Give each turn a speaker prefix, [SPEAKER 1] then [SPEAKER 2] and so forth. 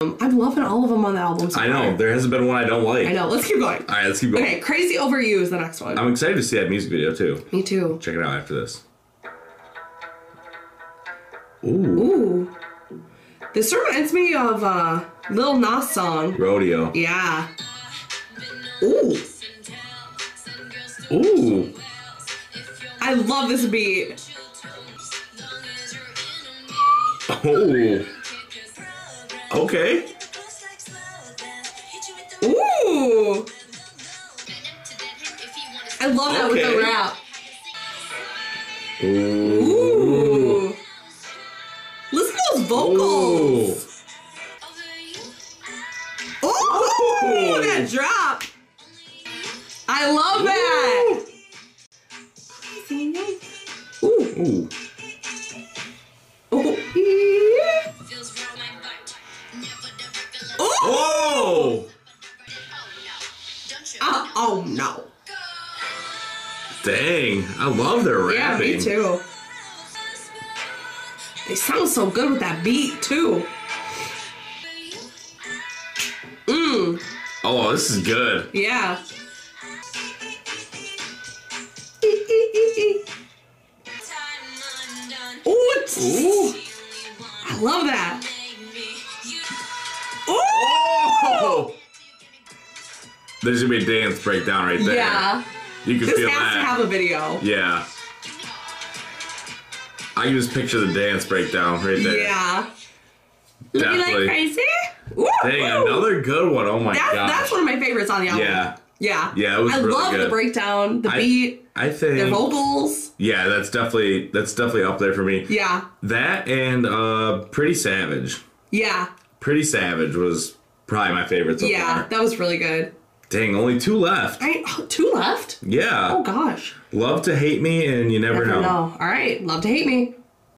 [SPEAKER 1] Um, I'm loving all of them on the album. So
[SPEAKER 2] I know.
[SPEAKER 1] far.
[SPEAKER 2] There hasn't been one I don't like.
[SPEAKER 1] I know. Let's keep going.
[SPEAKER 2] All right, let's keep going.
[SPEAKER 1] Okay, crazy over you is the next one.
[SPEAKER 2] I'm excited to see that music video too.
[SPEAKER 1] Me too.
[SPEAKER 2] Check it out after this.
[SPEAKER 1] Ooh, this sort of reminds me of uh, Lil Nas song.
[SPEAKER 2] Rodeo.
[SPEAKER 1] Yeah. Ooh,
[SPEAKER 2] Ooh.
[SPEAKER 1] I love this beat.
[SPEAKER 2] Oh. Okay.
[SPEAKER 1] Ooh, I love that with
[SPEAKER 2] Okay.
[SPEAKER 1] the rap.
[SPEAKER 2] Ooh.
[SPEAKER 1] Ooh. Listen to those vocals. Ooh,
[SPEAKER 2] Ooh.
[SPEAKER 1] Oh, that drop. I love that. Ooh.
[SPEAKER 2] Ooh.
[SPEAKER 1] Ooh. Ooh.
[SPEAKER 2] Oh.
[SPEAKER 1] Oh, oh no.
[SPEAKER 2] Dang. I love their
[SPEAKER 1] Yeah,
[SPEAKER 2] rapping.
[SPEAKER 1] me too. They sound so good with that beat too. Mmm.
[SPEAKER 2] Oh, this is good.
[SPEAKER 1] Yeah. Ooh, it's-
[SPEAKER 2] Ooh.
[SPEAKER 1] I love that. Ooh.
[SPEAKER 2] Oh. There's gonna be a dance breakdown right there.
[SPEAKER 1] Yeah.
[SPEAKER 2] You can
[SPEAKER 1] This
[SPEAKER 2] feel
[SPEAKER 1] has
[SPEAKER 2] that.
[SPEAKER 1] to have a video.
[SPEAKER 2] yeah. I can just picture the dance breakdown right there.
[SPEAKER 1] Yeah. You like
[SPEAKER 2] Definitely.
[SPEAKER 1] crazy? Ooh,
[SPEAKER 2] Dang,
[SPEAKER 1] ooh.
[SPEAKER 2] another good one. Oh my
[SPEAKER 1] That's,
[SPEAKER 2] gosh.
[SPEAKER 1] that's one of my favorites on the album.
[SPEAKER 2] Yeah.
[SPEAKER 1] Yeah.
[SPEAKER 2] Yeah, it was
[SPEAKER 1] I
[SPEAKER 2] really
[SPEAKER 1] love the
[SPEAKER 2] good.
[SPEAKER 1] breakdown, the
[SPEAKER 2] I-
[SPEAKER 1] beat,
[SPEAKER 2] I think
[SPEAKER 1] the vocals.
[SPEAKER 2] Yeah, that's definitely that's definitely up there for me.
[SPEAKER 1] Yeah.
[SPEAKER 2] That and uh Pretty Savage.
[SPEAKER 1] Yeah.
[SPEAKER 2] Pretty Savage was probably my favorite so
[SPEAKER 1] yeah.
[SPEAKER 2] far.
[SPEAKER 1] That was really good.
[SPEAKER 2] Dang, only two left.
[SPEAKER 1] All right. oh, two left?
[SPEAKER 2] Yeah.
[SPEAKER 1] Oh, gosh.
[SPEAKER 2] Love to hate me and you never,
[SPEAKER 1] Never know. All right. Love to hate me.